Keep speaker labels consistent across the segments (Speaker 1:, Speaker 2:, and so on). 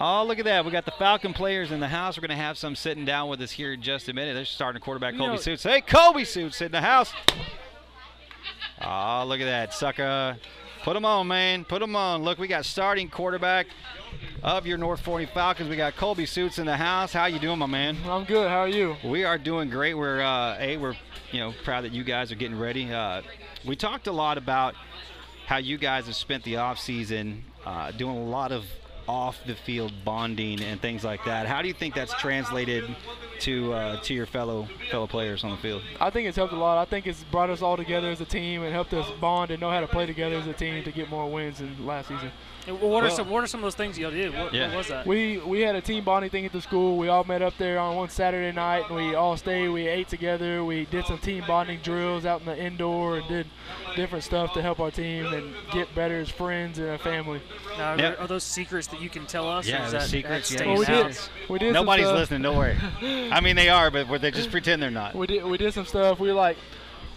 Speaker 1: Oh, look at that. We got the Falcon players in the house. We're going to have some sitting down with us here in just a minute. They're starting quarterback
Speaker 2: You
Speaker 1: Colby
Speaker 2: know-
Speaker 1: Suits. Hey, Colby Suits in the house. Oh, look at that, sucker. Put them on, man. Put them on. Look, we got starting quarterback of your North 40 Falcons. We got Colby Suits in the house. How you doing, my man?
Speaker 2: I'm good. How are you?
Speaker 1: We are doing great. We're uh, a we're you know proud that you guys are getting ready. Uh, we talked a lot about how you guys have spent the off season uh, doing a lot of off the field bonding and things like that. How do you think that's translated to uh, to your fellow fellow players on the field?
Speaker 2: I think it's helped a lot. I think it's brought us all together as a team and helped us bond and know how to play together as a team to get more wins than last season.
Speaker 3: And What are
Speaker 1: Well-
Speaker 3: some What are some of those things y'all did? What,
Speaker 1: Yeah.
Speaker 3: what was that?
Speaker 2: We we had a team bonding thing at the school. We all met up there on one Saturday night. And we all stayed. We ate together. We did some team bonding drills out in the indoor and did different stuff to help our team and get better as friends and a family.
Speaker 3: Now, are,
Speaker 1: Yeah.
Speaker 3: there- are those secrets that you can tell us?
Speaker 1: Yeah,
Speaker 3: or is
Speaker 1: the
Speaker 3: that,
Speaker 1: secrets,
Speaker 3: That
Speaker 1: yeah,
Speaker 3: stays
Speaker 1: you
Speaker 2: we
Speaker 1: said.
Speaker 3: out?
Speaker 2: did. We did some
Speaker 1: Nobody's
Speaker 2: stuff.
Speaker 1: listening. Don't worry. I mean, they are, but they just pretend they're not.
Speaker 2: We did. We did some stuff. We like,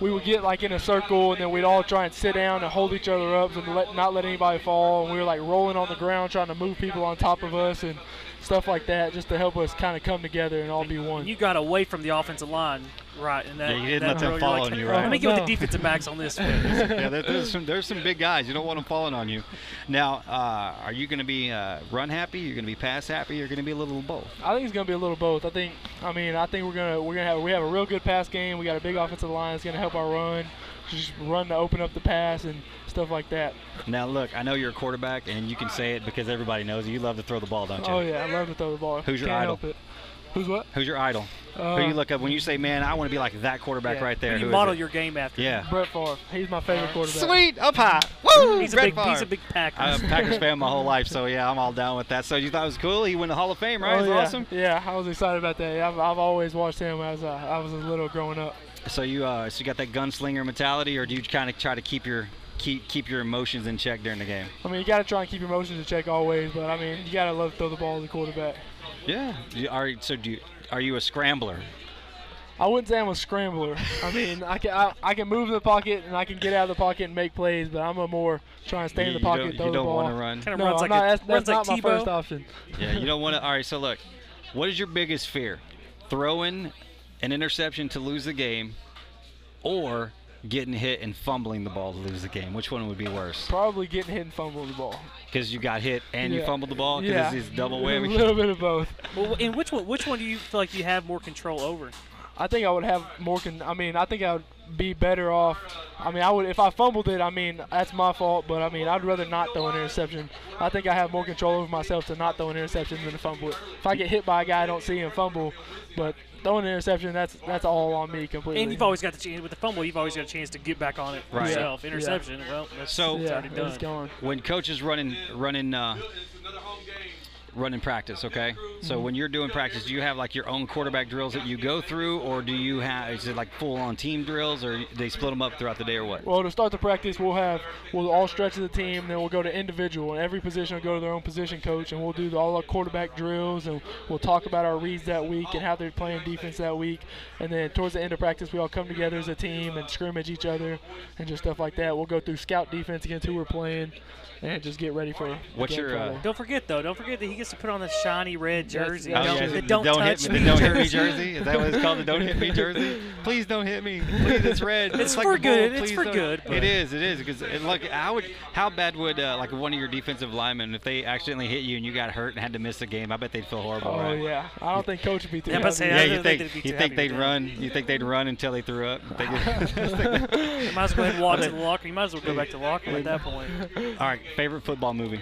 Speaker 2: we would get like in a circle, and then we'd all try and sit down and hold each other up and let not let anybody fall. And we were like rolling on the ground, trying to move people on top of us and stuff like that, just to help us kind of come together and all be one.
Speaker 3: You got away from the offensive line, right? And that,
Speaker 1: Yeah, you didn't
Speaker 3: that
Speaker 1: let them
Speaker 3: drill, you're
Speaker 1: fall
Speaker 3: like,
Speaker 1: on you,
Speaker 2: right?
Speaker 3: Let me get
Speaker 2: No.
Speaker 3: with the defensive backs on this one.
Speaker 1: yeah, there, there's some there's some big guys. You don't want them falling on you. Now, uh, are you going to be uh, run happy? You're going to be pass happy. You're going to be a little of both.
Speaker 2: I think it's gonna be a little both. I think. I mean, I think we're gonna we're gonna have we have a real good pass game. We got a big offensive line. It's gonna help our run, just run to open up the pass and stuff like that.
Speaker 1: Now, look, I know you're a quarterback, and you can say it because everybody knows you love to throw the ball, don't you?
Speaker 2: Oh yeah, I love to throw the ball.
Speaker 1: Who's your
Speaker 2: Can't
Speaker 1: idol?
Speaker 2: Help it. Who's what?
Speaker 1: Who's your idol? Who
Speaker 2: Uh,
Speaker 1: you look up when you say, "Man, I want to be like that quarterback
Speaker 2: yeah.
Speaker 1: right there"?
Speaker 3: Who
Speaker 1: Who
Speaker 3: you
Speaker 1: is
Speaker 3: model
Speaker 1: it?
Speaker 3: your game after?
Speaker 1: yeah.
Speaker 2: Brett Favre. He's my favorite quarterback.
Speaker 1: Sweet up high. Woo!
Speaker 3: He's a
Speaker 1: Brett
Speaker 3: big. He's
Speaker 1: Favre.
Speaker 3: a big packer.
Speaker 1: I'm a uh, Packers fan my whole life, so yeah, I'm all down with that. So you thought it was cool? He went to Hall of Fame, right?
Speaker 2: Oh,
Speaker 1: It's
Speaker 2: yeah.
Speaker 1: awesome.
Speaker 2: Yeah, I was excited about that. I've, I've always watched him as uh, I was a little growing up.
Speaker 1: So you, uh, so you got that gunslinger mentality, or do you kind of try to keep your keep keep your emotions in check during the game?
Speaker 2: I mean, you got to try and keep your emotions in check always, but I mean, you got to love to throw the ball to the quarterback.
Speaker 1: Yeah. You, are so do you, are you a scrambler?
Speaker 2: I wouldn't say I'm a scrambler. I mean, I can I, I can move in the pocket and I can get out of the pocket and make plays, but I'm a more try and stay in
Speaker 1: You-
Speaker 2: the pocket
Speaker 1: you
Speaker 2: and
Speaker 1: don't, you
Speaker 2: throw the
Speaker 1: don't
Speaker 2: ball.
Speaker 1: want to run.
Speaker 3: Kinda
Speaker 2: No,
Speaker 3: runs
Speaker 2: I'm
Speaker 3: like
Speaker 2: not,
Speaker 3: a-
Speaker 2: that's,
Speaker 3: runs
Speaker 2: that's not
Speaker 3: like
Speaker 2: my
Speaker 3: Tebow.
Speaker 2: first option.
Speaker 1: Yeah, you don't want to. All right, so look, what is your biggest fear? Throwing an interception to lose the game, or getting hit and fumbling the ball to lose the game? Which one would be worse?
Speaker 2: Probably getting hit and fumbling the ball.
Speaker 1: Because you got hit and you
Speaker 2: Yeah.
Speaker 1: fumbled the ball. Because
Speaker 2: yeah,
Speaker 1: it's this double
Speaker 2: A
Speaker 1: whammy.
Speaker 2: little bit of both.
Speaker 3: Well, and which one? Which one do you feel like you have more control over?
Speaker 2: I think I would have more. Con- I mean, I think I would be better off. I mean, I would if I fumbled it. I mean, that's my fault. But I mean, I'd rather not throw an interception. I think I have more control over myself to not throw an interception than to fumble it. If I get hit by a guy I don't see and fumble, but throwing an interception, that's that's all on me completely.
Speaker 3: And you've always got the chance with the fumble. You've always got a chance to get back on it
Speaker 1: Right.
Speaker 3: yourself.
Speaker 2: Yeah.
Speaker 3: Interception. Well, that's,
Speaker 1: So-
Speaker 3: it's
Speaker 2: yeah,
Speaker 3: already done.
Speaker 2: it's gone.
Speaker 1: when coaches running running uh, running practice, okay.
Speaker 2: Mm-hmm.
Speaker 1: So when you're doing practice, do you have like your own quarterback drills that you go through, or do you have is it like full on team drills, or they split them up throughout the day, or what?
Speaker 2: Well, to start the practice, we'll have we'll all stretch of the team, then we'll go to individual, and every position will go to their own position coach, and we'll do the, all our quarterback drills, and we'll talk about our reads that week and how they're playing defense that week, and then towards the end of practice, we all come together as a team and scrimmage each other, and just stuff like that. We'll go through scout defense against who we're playing, and just get ready for. the
Speaker 1: What's
Speaker 2: game
Speaker 1: your, uh,
Speaker 2: Friday.
Speaker 3: Don't forget though. Don't forget that he gets to put on the shiny red
Speaker 2: Yes,
Speaker 3: jersey.
Speaker 2: yes,
Speaker 3: Don't-
Speaker 2: yes.
Speaker 3: the
Speaker 1: Oh, the
Speaker 3: don't, touch
Speaker 1: hit me,
Speaker 3: me
Speaker 1: the don't hit me
Speaker 3: jersey.
Speaker 1: jersey. Is that what it's called? The don't hit me jersey. Please don't hit me. Please, it's red.
Speaker 3: It's
Speaker 1: like
Speaker 3: for
Speaker 1: the
Speaker 3: good,
Speaker 1: bull.
Speaker 3: it's
Speaker 1: Please
Speaker 3: for
Speaker 1: don't-
Speaker 3: good, but-
Speaker 1: It is. It is because look, how would how bad would uh, like one of your defensive linemen if they accidentally hit you and you got hurt and had to miss the game? I bet they'd feel horrible.
Speaker 2: Oh
Speaker 1: right?
Speaker 2: yeah, I don't think coach would be too.
Speaker 3: Yeah, but
Speaker 2: happy.
Speaker 3: say-
Speaker 1: Yeah,
Speaker 3: I
Speaker 1: you
Speaker 3: don't think
Speaker 1: think,
Speaker 3: they'd be
Speaker 1: you
Speaker 3: too
Speaker 1: think
Speaker 3: happy
Speaker 1: they'd
Speaker 3: with that.
Speaker 1: run? You think they'd run until they threw up? They get-
Speaker 3: You might as well go ahead and walk to the locker. You might as well go back to the locker at that point.
Speaker 1: All right, favorite football movie.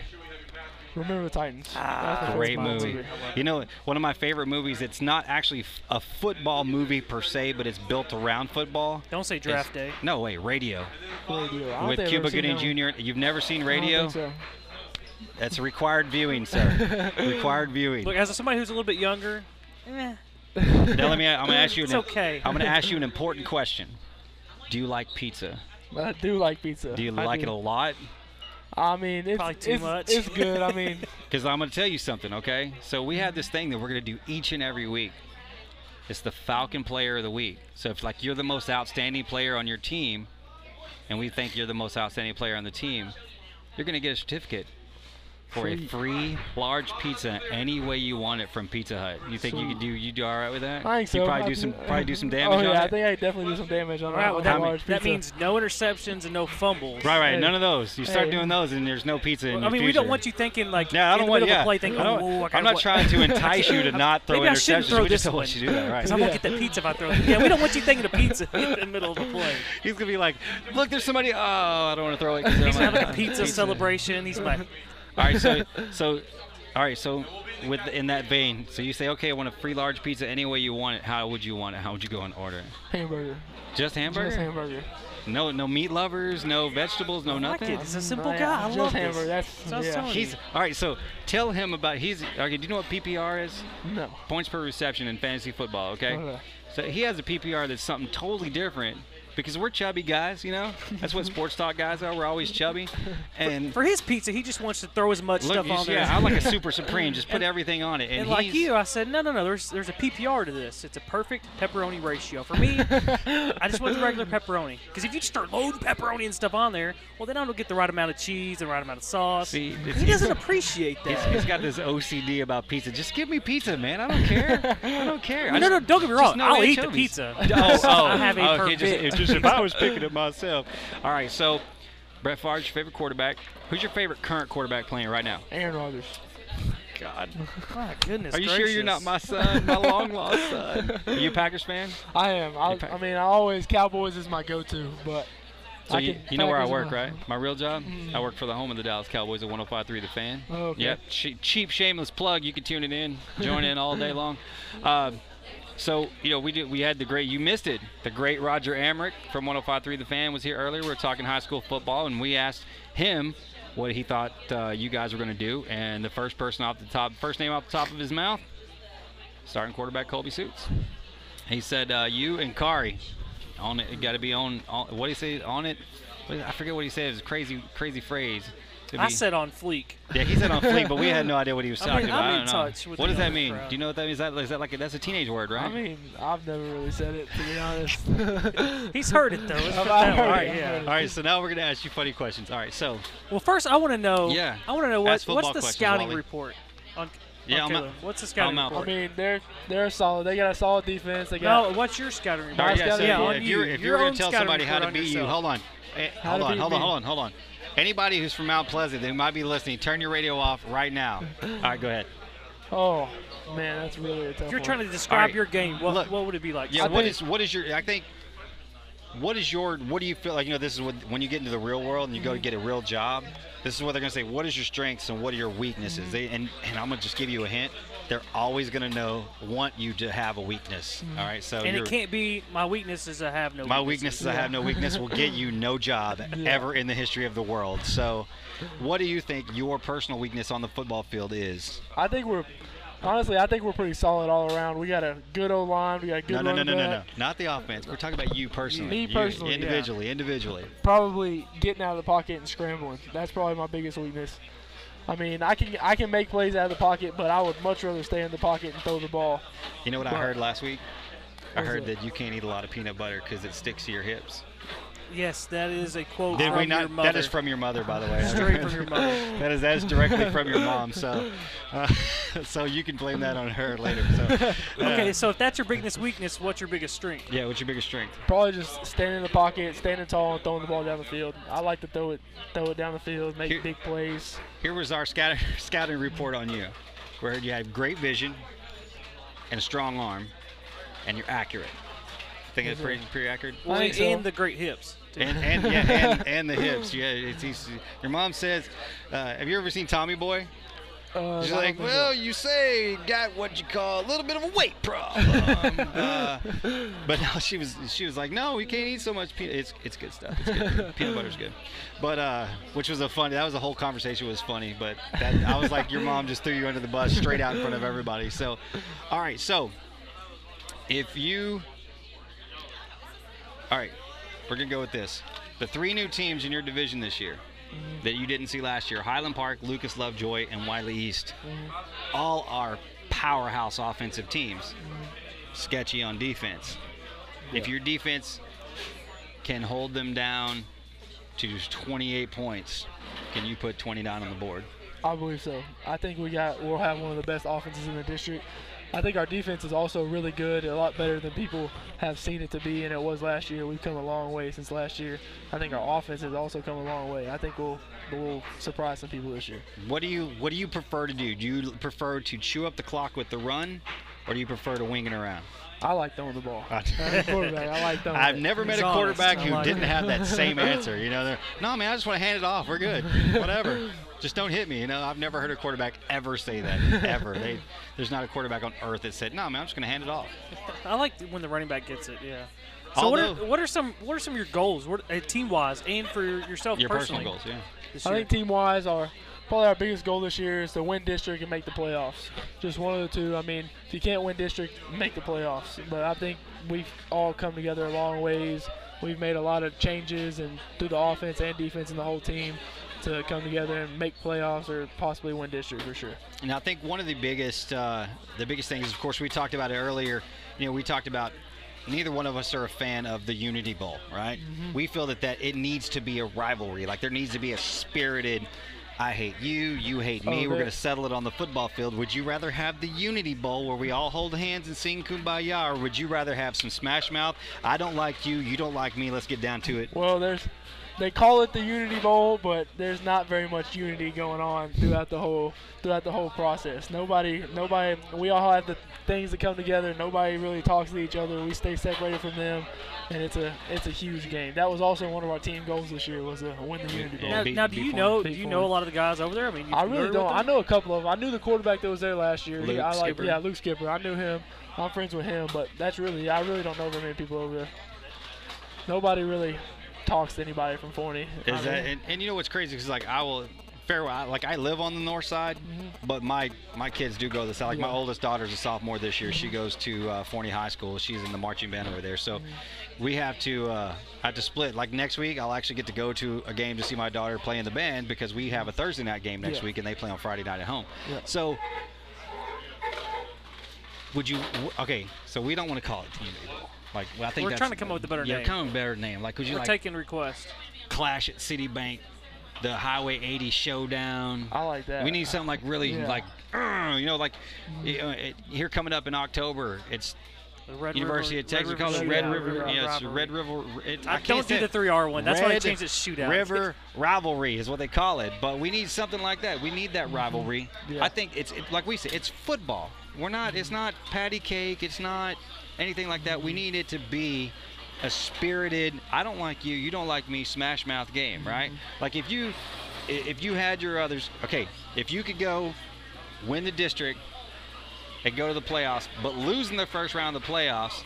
Speaker 2: Remember the Titans.
Speaker 3: Ah.
Speaker 2: That's the first
Speaker 1: Great
Speaker 2: Titans
Speaker 1: movie. You know, one of my favorite movies. It's not actually f- a football movie per se, but it's built around football.
Speaker 3: Don't say draft
Speaker 1: It's-
Speaker 3: day.
Speaker 1: No way, Radio
Speaker 2: Really do. I don't
Speaker 1: with
Speaker 2: think I've
Speaker 1: Cuba
Speaker 2: ever seen
Speaker 1: Gooding
Speaker 2: that one.
Speaker 1: Jr. You've never seen
Speaker 2: I don't
Speaker 1: Radio?
Speaker 2: think so.
Speaker 1: That's required viewing, sir. required viewing.
Speaker 3: Look, as somebody who's a little bit younger, eh,
Speaker 1: Now let me. I'm gonna ask you.
Speaker 3: It's
Speaker 1: an,
Speaker 3: okay.
Speaker 1: I'm gonna ask you an important question. Do you like pizza?
Speaker 2: But I do like pizza.
Speaker 1: Do you
Speaker 2: I
Speaker 1: like
Speaker 2: do.
Speaker 1: it a lot?
Speaker 2: I mean, it's
Speaker 3: Probably too
Speaker 2: it's,
Speaker 3: much.
Speaker 2: it's good. I mean,
Speaker 1: Because I'm going to tell you something, okay? So we have this thing that we're going to do each and every week. It's the Falcon Player of the Week. So if like you're the most outstanding player on your team, and we think you're the most outstanding player on the team, you're going to get a certificate for
Speaker 2: Free.
Speaker 1: a free large pizza any way you want it from Pizza Hut. You think you
Speaker 2: Sweet.
Speaker 1: could do you do all right with that?
Speaker 2: I think so.
Speaker 1: You probably
Speaker 2: I
Speaker 1: do some
Speaker 2: think-
Speaker 1: probably do some damage
Speaker 2: Oh yeah,
Speaker 1: on
Speaker 2: I
Speaker 1: it.
Speaker 2: think I definitely do some damage on
Speaker 3: All right, well,
Speaker 2: on
Speaker 3: that,
Speaker 2: a large
Speaker 3: that
Speaker 2: pizza.
Speaker 3: means no interceptions and no fumbles.
Speaker 1: right, right.
Speaker 2: Hey.
Speaker 1: None of those. You start
Speaker 2: Hey.
Speaker 1: doing those, and there's no pizza in
Speaker 3: Well, I
Speaker 1: your
Speaker 3: mean, we don't
Speaker 1: future.
Speaker 3: want you thinking like
Speaker 1: Yeah, I
Speaker 3: in
Speaker 1: don't
Speaker 3: the
Speaker 1: want.
Speaker 3: middle
Speaker 1: Yeah,
Speaker 3: of a play thinking,
Speaker 1: I
Speaker 3: oh,
Speaker 1: don't-
Speaker 3: whoa, I
Speaker 1: I'm not trying to entice you to not throw
Speaker 3: Maybe I shouldn't
Speaker 1: interceptions.
Speaker 3: throw
Speaker 1: we
Speaker 3: this
Speaker 1: just don't want
Speaker 3: one.
Speaker 1: you to do that, right?
Speaker 3: Because I'm gonna
Speaker 2: Yeah.
Speaker 3: get the pizza if I throw. Yeah, we don't want you thinking of pizza in the middle of a play.
Speaker 1: He's gonna be like, look, there's somebody. Oh, I don't want to throw it. 'cause they're
Speaker 3: He's
Speaker 1: my-
Speaker 3: having a pizza celebration.
Speaker 1: Oh,
Speaker 3: He's like,
Speaker 1: All right, so so, all right, so with in that vein, so you say, okay, I want a free large pizza any way you want it. How would you want it? How would you go and order? it?
Speaker 2: hamburger.
Speaker 1: Just hamburger?
Speaker 2: Just hamburger.
Speaker 1: No, no meat lovers, no vegetables, no
Speaker 3: I like
Speaker 1: nothing.
Speaker 3: it. He's a
Speaker 1: Oh,
Speaker 3: simple
Speaker 2: yeah,
Speaker 3: guy. I
Speaker 2: just
Speaker 3: love this.
Speaker 2: hamburger, that's-
Speaker 3: So I was
Speaker 2: yeah.
Speaker 3: telling you.
Speaker 1: He's all right. So tell him about he's okay. Do you know what PPR is?
Speaker 2: No.
Speaker 1: Points per reception in fantasy football. Okay.
Speaker 2: Okay.
Speaker 1: So he has a PPR that's something totally different because we're chubby guys. You know, that's what sports talk guys are. We're always chubby, and
Speaker 3: For his pizza, he just wants to throw as much
Speaker 1: look,
Speaker 3: stuff
Speaker 1: you
Speaker 3: on
Speaker 1: see,
Speaker 3: there.
Speaker 1: yeah, I like a super supreme. Just put everything on it. And,
Speaker 3: and like
Speaker 1: he's-
Speaker 3: you, I said, no, no, no. There's there's a PPR to this. It's a perfect pepperoni ratio. For me, I just want the regular pepperoni. Because if you just start loading pepperoni and stuff on there, well, then I don't get the right amount of cheese, the right amount of sauce.
Speaker 1: See, it's-
Speaker 3: he doesn't appreciate
Speaker 1: He's-
Speaker 3: that.
Speaker 1: he's got this OCD about pizza. Just give me pizza, man. I don't care. I don't care. I
Speaker 3: no, no,
Speaker 1: just-
Speaker 3: don't get me
Speaker 1: just
Speaker 3: wrong.
Speaker 1: no
Speaker 3: I'll eat the
Speaker 1: anchovies.
Speaker 3: pizza.
Speaker 1: Oh, oh,
Speaker 3: I have a
Speaker 1: okay. Just,
Speaker 3: perfect-
Speaker 1: if, just if I was picking it myself. All right, so Brett Favre's your favorite quarterback. Who's your favorite current quarterback playing right now?
Speaker 2: Aaron Rodgers.
Speaker 1: God,
Speaker 3: My goodness.
Speaker 1: are you sure you're not
Speaker 3: gracious.
Speaker 1: my son, my long lost son? Are you a Packers fan?
Speaker 2: I am. I,
Speaker 1: Pac-
Speaker 2: I mean, I always Cowboys is my go-to, but
Speaker 1: So
Speaker 2: I
Speaker 1: you,
Speaker 2: can-
Speaker 1: you know where I
Speaker 2: Packers
Speaker 1: work,
Speaker 2: is my- Mm.
Speaker 1: right? My real job? I work for the home of the Dallas Cowboys at 105.3 The Fan.
Speaker 2: Oh, okay.
Speaker 1: Yep. Che- cheap, shameless plug. You can tune it in, join in all day long. Um, so you know we did. We had the great. You missed it. The great Roger Amrick from 105.3 The Fan was here earlier. We were talking high school football, and we asked him what he thought uh, you guys were going to do. And the first person off the top, first name off the top of his mouth, starting quarterback Colby Suits. He said uh, you and Kari on it. Got to be on, on. What do you say on it? What- I forget what he said. It was a crazy, crazy phrase. It'd
Speaker 3: I
Speaker 1: be-
Speaker 3: said on fleek.
Speaker 1: yeah, he said on fleek, but we had no idea what he was
Speaker 3: I'm
Speaker 1: talking
Speaker 3: in-
Speaker 1: about.
Speaker 3: I'm
Speaker 1: I
Speaker 3: in
Speaker 1: don't know.
Speaker 3: touch with
Speaker 1: what
Speaker 3: the
Speaker 1: does that
Speaker 3: younger
Speaker 1: mean?
Speaker 3: crowd.
Speaker 1: Do you know what that means? Is that, is that like a, that's a teenage word, right?
Speaker 2: I mean, I've never really said it to be honest.
Speaker 3: He's heard it though. Let's put
Speaker 2: I've
Speaker 3: it
Speaker 2: heard
Speaker 3: that way.
Speaker 2: it,
Speaker 1: All right,
Speaker 2: I've
Speaker 3: yeah.
Speaker 2: heard
Speaker 1: All right, so now we're gonna ask you funny questions. All right, so
Speaker 3: Well, first I want to know.
Speaker 1: Yeah.
Speaker 3: I want to know what,
Speaker 1: Ask
Speaker 3: what's
Speaker 1: football
Speaker 3: the
Speaker 1: questions,
Speaker 3: scouting
Speaker 1: Wally.
Speaker 3: report on.
Speaker 1: Yeah,
Speaker 3: on
Speaker 1: I'm out.
Speaker 3: Caleb? What's the
Speaker 1: I'm
Speaker 3: scouting
Speaker 1: out.
Speaker 2: I
Speaker 3: report?
Speaker 2: mean, they're they're solid. They got a solid defense. They got
Speaker 3: no, what's your scouting report?
Speaker 1: All right, yeah, so
Speaker 2: yeah,
Speaker 3: on
Speaker 1: if you,
Speaker 3: you.
Speaker 1: are if
Speaker 3: Your
Speaker 1: you're gonna
Speaker 3: own
Speaker 1: tell
Speaker 3: scouting
Speaker 1: somebody how
Speaker 3: report
Speaker 1: to
Speaker 3: on
Speaker 1: beat you,
Speaker 3: yourself.
Speaker 1: hold on, Eh,
Speaker 2: How
Speaker 1: hold
Speaker 2: to
Speaker 1: on,
Speaker 2: beat
Speaker 1: hold on,
Speaker 2: me.
Speaker 1: hold on, hold on. Anybody who's from Mount Pleasant, they might be listening. Turn your radio off right now. All right, go ahead.
Speaker 2: Oh man, that's really a tough.
Speaker 3: If you're
Speaker 2: one.
Speaker 3: trying to describe
Speaker 1: right.
Speaker 3: your game, what,
Speaker 1: Look.
Speaker 3: what would it be like?
Speaker 1: Yeah,
Speaker 3: I
Speaker 1: what
Speaker 3: think-
Speaker 1: is what is your? I think. What is your? What do you feel like? You know, this is what when you get into the real world and you go to get a real job. This is what they're gonna say. What is your strengths and what are your weaknesses? They and and I'm gonna just give you a hint. They're always gonna know want you to have a weakness. All right, so
Speaker 3: and
Speaker 1: you're,
Speaker 3: it can't be my weakness is I have no.
Speaker 1: my weakness
Speaker 3: weaknesses."
Speaker 1: is I have no weakness will get you no job ever in the history of the world. So, what do you think your personal weakness on the football field is?
Speaker 2: I think we're honestly, I think we're pretty solid all around. We got a good O line. We got a good
Speaker 1: No, no, no,
Speaker 2: running
Speaker 1: no, no, no.
Speaker 2: back.
Speaker 1: Not the offense. We're talking about you personally.
Speaker 2: Me
Speaker 1: You
Speaker 2: personally, yeah.
Speaker 1: individually, individually.
Speaker 2: Probably getting out of the pocket and scrambling. That's probably my biggest weakness. I mean, I can I can make plays out of the pocket, but I would much rather stay in the pocket and throw the ball.
Speaker 1: You know what I
Speaker 2: But-
Speaker 1: heard last week? I
Speaker 2: What was
Speaker 1: heard
Speaker 2: it?
Speaker 1: that you can't eat a lot of peanut butter because it sticks to your hips.
Speaker 3: Yes, that is a quote
Speaker 1: Did
Speaker 3: from
Speaker 1: we
Speaker 3: your
Speaker 1: not?
Speaker 3: mother.
Speaker 1: That is from your mother, by the way.
Speaker 3: Straight from your mother.
Speaker 1: that is that is directly from your mom. So, uh, so you can blame that on her later. So, uh,
Speaker 3: Okay, so if that's your biggest weakness, what's your biggest strength?
Speaker 1: Yeah. What's your biggest strength?
Speaker 2: Probably just standing in the pocket, standing tall, and throwing the ball down the field. I like to throw it, throw it down the field, make
Speaker 1: Here-
Speaker 2: big plays.
Speaker 1: Here was our scouting, scouting report on you. We heard you have great vision and a strong arm, and you're accurate. Think it's pretty, pretty accurate.
Speaker 3: Well,
Speaker 2: think
Speaker 3: and,
Speaker 2: so.
Speaker 3: the great hips. too.
Speaker 1: And and, yeah, and and the hips. Yeah, it's, it's, your mom says, uh, "Have you ever seen Tommy Boy?"
Speaker 2: Uh,
Speaker 1: She's
Speaker 2: I don't
Speaker 1: like,
Speaker 2: think
Speaker 1: well, you say you got what you call a little bit of a weight problem. uh, but no, she was she was like, no, we can't eat so much peanut. It's it's good stuff. It's good. peanut butter's good. But uh, which was a funny. That was a whole conversation was funny. But that I was like, your mom just threw you under the bus straight out in front of everybody. So, all right. So if you, all right, we're gonna go with this. The three new teams in your division this year that you didn't see last year Highland Park, Lucas Lovejoy, and Wiley East. All are powerhouse offensive teams, sketchy on defense. If your defense can hold them down to 28 points, can you put 29 on the board?
Speaker 2: I believe so. I think we got we'll have one of the best offenses in the district. I think our defense is also really good, a lot better than people have seen it to be, and it was last year. We've come a long way since last year. I think our offense has also come a long way. I think we'll we'll surprise some people this year.
Speaker 1: What do you What do you prefer to do? Do you prefer to chew up the clock with the run, or do you prefer to wing it around?
Speaker 2: I like throwing the ball. I'm a quarterback, I like throwing.
Speaker 1: I've
Speaker 2: it.
Speaker 1: never met
Speaker 3: He's
Speaker 1: a
Speaker 3: honest.
Speaker 1: quarterback
Speaker 3: I
Speaker 1: who
Speaker 3: like
Speaker 1: didn't
Speaker 3: it.
Speaker 1: have that same answer. You know, they're, no man, I just want to hand it off. We're good. Whatever. Just don't hit me. You know, I've never heard a quarterback ever say that. Ever. They, there's not a quarterback on earth that said, no man, I'm just going to hand it off.
Speaker 3: I like when the running back gets it. Yeah. So what
Speaker 1: Although-
Speaker 3: are what are some what are some of your goals, what, uh, team wise, and for yourself
Speaker 1: Your personal
Speaker 3: personally?
Speaker 1: goals, yeah.
Speaker 3: this
Speaker 2: I
Speaker 3: year?
Speaker 2: think team wise, our probably our biggest goal this year is to win district and make the playoffs. Just one of the two. I mean, if you can't win district, make the playoffs. But I think we've all come together a long ways. We've made a lot of changes and through the offense and defense and the whole team to come together and make playoffs or possibly win district for sure.
Speaker 1: And I think one of the biggest, uh, the biggest things, of course, we talked about it earlier. You know, we talked about neither one of us are a fan of the Unity Bowl, right?
Speaker 2: Mm-hmm.
Speaker 1: We feel that that it needs to be a rivalry. Like there needs to be a spirited. I hate you. You hate me.
Speaker 2: Oh,
Speaker 1: We're
Speaker 2: there-
Speaker 1: going to settle it on the football field. Would you rather have the Unity Bowl where we all hold hands and sing "Kumbaya," or would you rather have some Smash Mouth? I don't like you. You don't like me. Let's get down to it.
Speaker 2: Well, there's they call it the Unity Bowl, but there's not very much unity going on throughout the whole throughout the whole process. Nobody, nobody, we all have the things that come together. Nobody really talks to each other. We stay separated from them, and it's a it's a huge game. That was also one of our team goals this year was to win the Unity Bowl.
Speaker 3: Now,
Speaker 1: Beat-
Speaker 3: now do you
Speaker 1: before-
Speaker 3: know do
Speaker 2: before-
Speaker 3: you know a lot of the guys over there? I mean, you
Speaker 2: I
Speaker 3: familiar
Speaker 2: really
Speaker 3: with
Speaker 2: don't.
Speaker 3: them?
Speaker 2: I know a couple of them. I knew the quarterback that was there last year.
Speaker 1: Luke
Speaker 2: yeah, I like
Speaker 1: Skipper.
Speaker 2: yeah, Luke Skipper. I knew him. I'm friends with him, but that's really I really don't know very many people over there. Nobody really talks to anybody from Forney. I
Speaker 1: Is that
Speaker 2: mean-
Speaker 1: and, and you know what's crazy? Because like I will farewell. I- Like I live on the north side,
Speaker 3: Mm-hmm.
Speaker 1: but my my kids do go to the south. Like my
Speaker 2: Yeah.
Speaker 1: oldest daughter's a sophomore this year. She goes to uh, Forney High School. She's in the marching band over there. So
Speaker 3: Mm-hmm.
Speaker 1: we have to uh, I have to split. Like next week, I'll actually get to go to a game to see my daughter play in the band because we have a Thursday night game next
Speaker 2: Yeah.
Speaker 1: week and they play on Friday night at home.
Speaker 2: Yeah.
Speaker 1: So. Would you? w- Okay, so we don't want to call it Community Bowl. Like, well, I think
Speaker 3: We're
Speaker 1: that's-
Speaker 3: trying to come up with a better
Speaker 1: yeah,
Speaker 3: name.
Speaker 1: come up with a better name. Like, would you
Speaker 3: We're
Speaker 1: like
Speaker 3: taking requests.
Speaker 1: clash at Citibank, the Highway 80 showdown.
Speaker 2: I like that.
Speaker 1: We need something like really
Speaker 2: Yeah.
Speaker 1: like, "Urgh," you know, like you know, it, here coming up in October, it's
Speaker 3: The Red
Speaker 1: University
Speaker 3: River,
Speaker 1: of Texas. We
Speaker 3: Red
Speaker 1: call it
Speaker 3: River
Speaker 1: Red
Speaker 3: Shootout,
Speaker 1: River.
Speaker 3: River
Speaker 1: yeah, it's
Speaker 3: Rivalry.
Speaker 1: Red River. It,
Speaker 3: I
Speaker 1: can't
Speaker 3: don't do
Speaker 1: say-
Speaker 3: the 3R one. That's why I
Speaker 1: Red
Speaker 3: changed it to shootout.
Speaker 1: River rivalry is what they call it. But we need something like that. We need that rivalry.
Speaker 2: Yeah.
Speaker 1: I think it's it, like we said, it's football. We're not. It's not patty cake. It's not anything like that. We need it to be a spirited. I don't like you. You don't like me. Smash mouth game, right? Like if you i- if you had your others. Okay, if you could go win the district and go to the playoffs, but lose in the first round of the playoffs.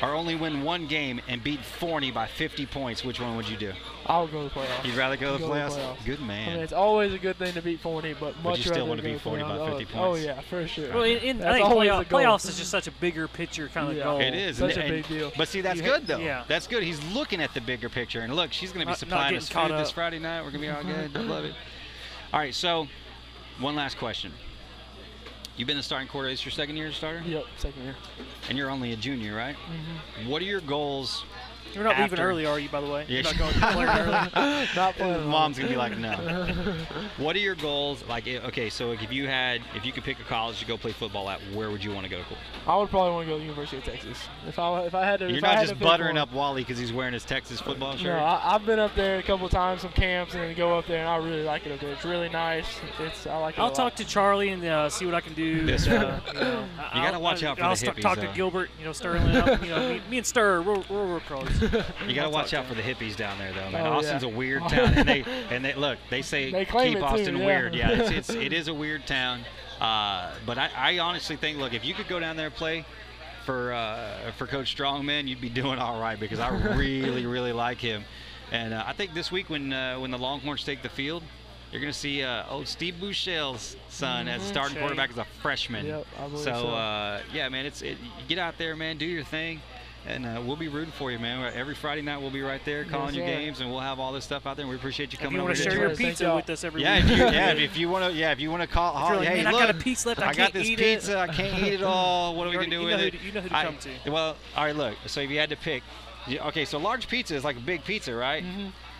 Speaker 1: Or only win one game and beat Forney by 50 points. Which one would you do?
Speaker 2: I'll go to the playoffs.
Speaker 1: You'd rather go to the
Speaker 2: Go to
Speaker 1: playoffs?
Speaker 2: the playoffs.
Speaker 1: Good
Speaker 2: I mean,
Speaker 1: man.
Speaker 2: it's always a good thing to beat 40, but much
Speaker 1: you still
Speaker 2: rather
Speaker 1: want to
Speaker 2: go
Speaker 1: beat 40 by
Speaker 2: playoffs.
Speaker 1: 50
Speaker 2: oh,
Speaker 1: points.
Speaker 2: Oh yeah, for sure.
Speaker 3: Well, in, in, I
Speaker 2: That's
Speaker 3: think
Speaker 2: always
Speaker 3: playoff,
Speaker 2: the goal.
Speaker 3: playoffs is just such a bigger picture kind of
Speaker 2: Yeah.
Speaker 3: goal.
Speaker 1: It is.
Speaker 2: Such
Speaker 1: and-
Speaker 2: a big
Speaker 1: and-
Speaker 2: deal.
Speaker 1: But see, that's
Speaker 2: You ha-
Speaker 1: good though.
Speaker 3: yeah.
Speaker 1: That's good. He's looking at the bigger picture, and look, she's going to be
Speaker 3: Not- not
Speaker 1: supplying
Speaker 3: getting
Speaker 1: us
Speaker 3: caught
Speaker 1: food this
Speaker 3: up.
Speaker 1: Friday night. We're going to be all good. I love it. All right. So, one last question. You've been the starting quarter. It's your second year as a starter,
Speaker 2: Yep, second year.
Speaker 1: and you're only a junior, right?
Speaker 2: Mm-hmm.
Speaker 1: What are your goals?
Speaker 3: You're not leaving
Speaker 1: After-
Speaker 3: early, are you? By the way,
Speaker 1: Yeah.
Speaker 3: you're not going to play early.
Speaker 2: Not playing.
Speaker 1: Mom's going to be like, no. what are your goals? Like, i- okay, so like, if you had, if you could pick a college to go play football at, where would you want to go? to school?
Speaker 2: I would probably want to go to the University of Texas. If I if I had to.
Speaker 1: You're
Speaker 2: if I
Speaker 1: not
Speaker 2: had to
Speaker 1: just
Speaker 2: pick
Speaker 1: buttering
Speaker 2: one-
Speaker 1: up Wally because he's wearing his Texas football shirt.
Speaker 2: No, I, I've been up there a couple times, some camps, and then go up there, and I really like it up there. It's really nice. It's I like it. a
Speaker 3: I'll
Speaker 2: lot.
Speaker 3: talk to Charlie and uh, see what I can do.
Speaker 1: That's
Speaker 3: and,
Speaker 1: right.
Speaker 3: uh, you know, I-
Speaker 1: gotta
Speaker 3: I'll-
Speaker 1: watch out for
Speaker 3: I'll
Speaker 1: the
Speaker 3: st-
Speaker 1: hippies, uh,
Speaker 3: talk
Speaker 1: though.
Speaker 3: to Gilbert, you know, Sterling. I'll- you know, me, me and Stir, we're, we're, we're close.
Speaker 2: Mm-hmm.
Speaker 1: You gotta
Speaker 3: I'll
Speaker 1: watch
Speaker 3: talk
Speaker 1: out for the hippies down there, though, man.
Speaker 2: Oh, yeah.
Speaker 1: Austin's a weird town, and they and they look. They say
Speaker 2: They claim
Speaker 1: keep
Speaker 2: it,
Speaker 1: Austin
Speaker 2: too, yeah.
Speaker 1: weird. Yeah, it's, it's it is a weird town. Uh, but I, I honestly think, look, if you could go down there and play for uh, for Coach Strongman, you'd be doing all right because I really really like him. And uh, I think this week when uh, when the Longhorns take the field, you're gonna see uh, old Steve Bouchel's son as starting
Speaker 3: Shay.
Speaker 1: quarterback as a freshman.
Speaker 2: Mm-hmm. Yep, I believe
Speaker 1: so
Speaker 2: so.
Speaker 1: uh, yeah, man, it's it, you get out there, man, do your thing, and uh, we'll be rooting for you, man. Every Friday night we'll be right there calling you
Speaker 2: sir.
Speaker 1: games, and we'll have all this stuff out there. And we appreciate you
Speaker 3: If
Speaker 1: coming.
Speaker 3: you
Speaker 1: over
Speaker 3: want to
Speaker 1: here
Speaker 3: share
Speaker 2: Thank
Speaker 3: your
Speaker 1: to us.
Speaker 2: y'all.
Speaker 3: pizza with us every
Speaker 1: yeah,
Speaker 3: week.
Speaker 1: if you, yeah, if you want to, yeah, if you want to call,
Speaker 3: you're
Speaker 1: holler,
Speaker 3: like,
Speaker 1: hey,
Speaker 3: "Man, I
Speaker 1: look,
Speaker 3: got a piece left, I
Speaker 1: got
Speaker 3: can't
Speaker 1: this
Speaker 3: eat it."
Speaker 1: pizza, I can't eat it all. What are we
Speaker 3: You
Speaker 1: gonna do with
Speaker 3: already- you know
Speaker 1: it?
Speaker 3: who to- you know who to
Speaker 1: I-
Speaker 3: come to.
Speaker 1: Well, all right, look. So if you had to pick, you- okay,
Speaker 3: Mm-hmm.
Speaker 1: so large pizza is like a big pizza, right?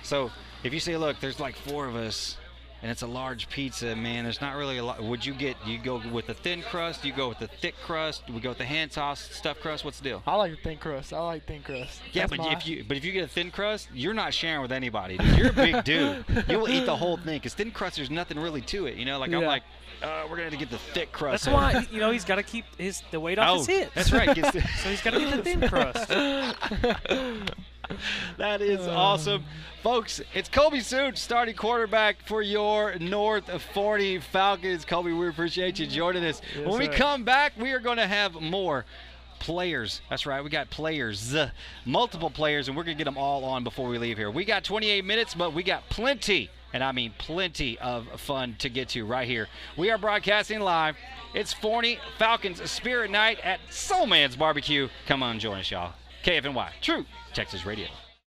Speaker 1: So if you say, look, there's like four of us. and it's a large pizza, man. There's not really a lot. Would you get? You go with the thin crust? You go with the thick crust? We go with the hand tossed stuffed crust? What's the deal?
Speaker 2: I like the thin crust. I like thin crust.
Speaker 1: Yeah,
Speaker 2: That's
Speaker 1: but
Speaker 2: my-
Speaker 1: if you but if you get a thin crust, you're not sharing with anybody. Dude. You're a big dude. You will eat the whole thing because thin crust, there's nothing really to it. You know, like I'm
Speaker 2: Yeah.
Speaker 1: like, uh, we're gonna have to get the thick crust.
Speaker 3: That's why you know he's got to keep his the weight off
Speaker 1: Oh,
Speaker 3: his hips.
Speaker 1: that's right. Gets the-
Speaker 3: So he's got to get the thin crust.
Speaker 1: That is awesome. Folks, it's Kobe Suit, starting quarterback for your North 40 Falcons. Kobe, we appreciate you joining us.
Speaker 2: Yes,
Speaker 1: when we
Speaker 2: sir.
Speaker 1: come back, we are going to have more players. That's right, we got players, uh, multiple players, and we're going to get them all on before we leave here. We got 28 minutes, but we got plenty, and I mean plenty of fun to get to right here. We are broadcasting live. It's 40 Falcons Spirit Night at Soul Man's Barbecue. Come on, join us, y'all. KFNY, True Texas Radio.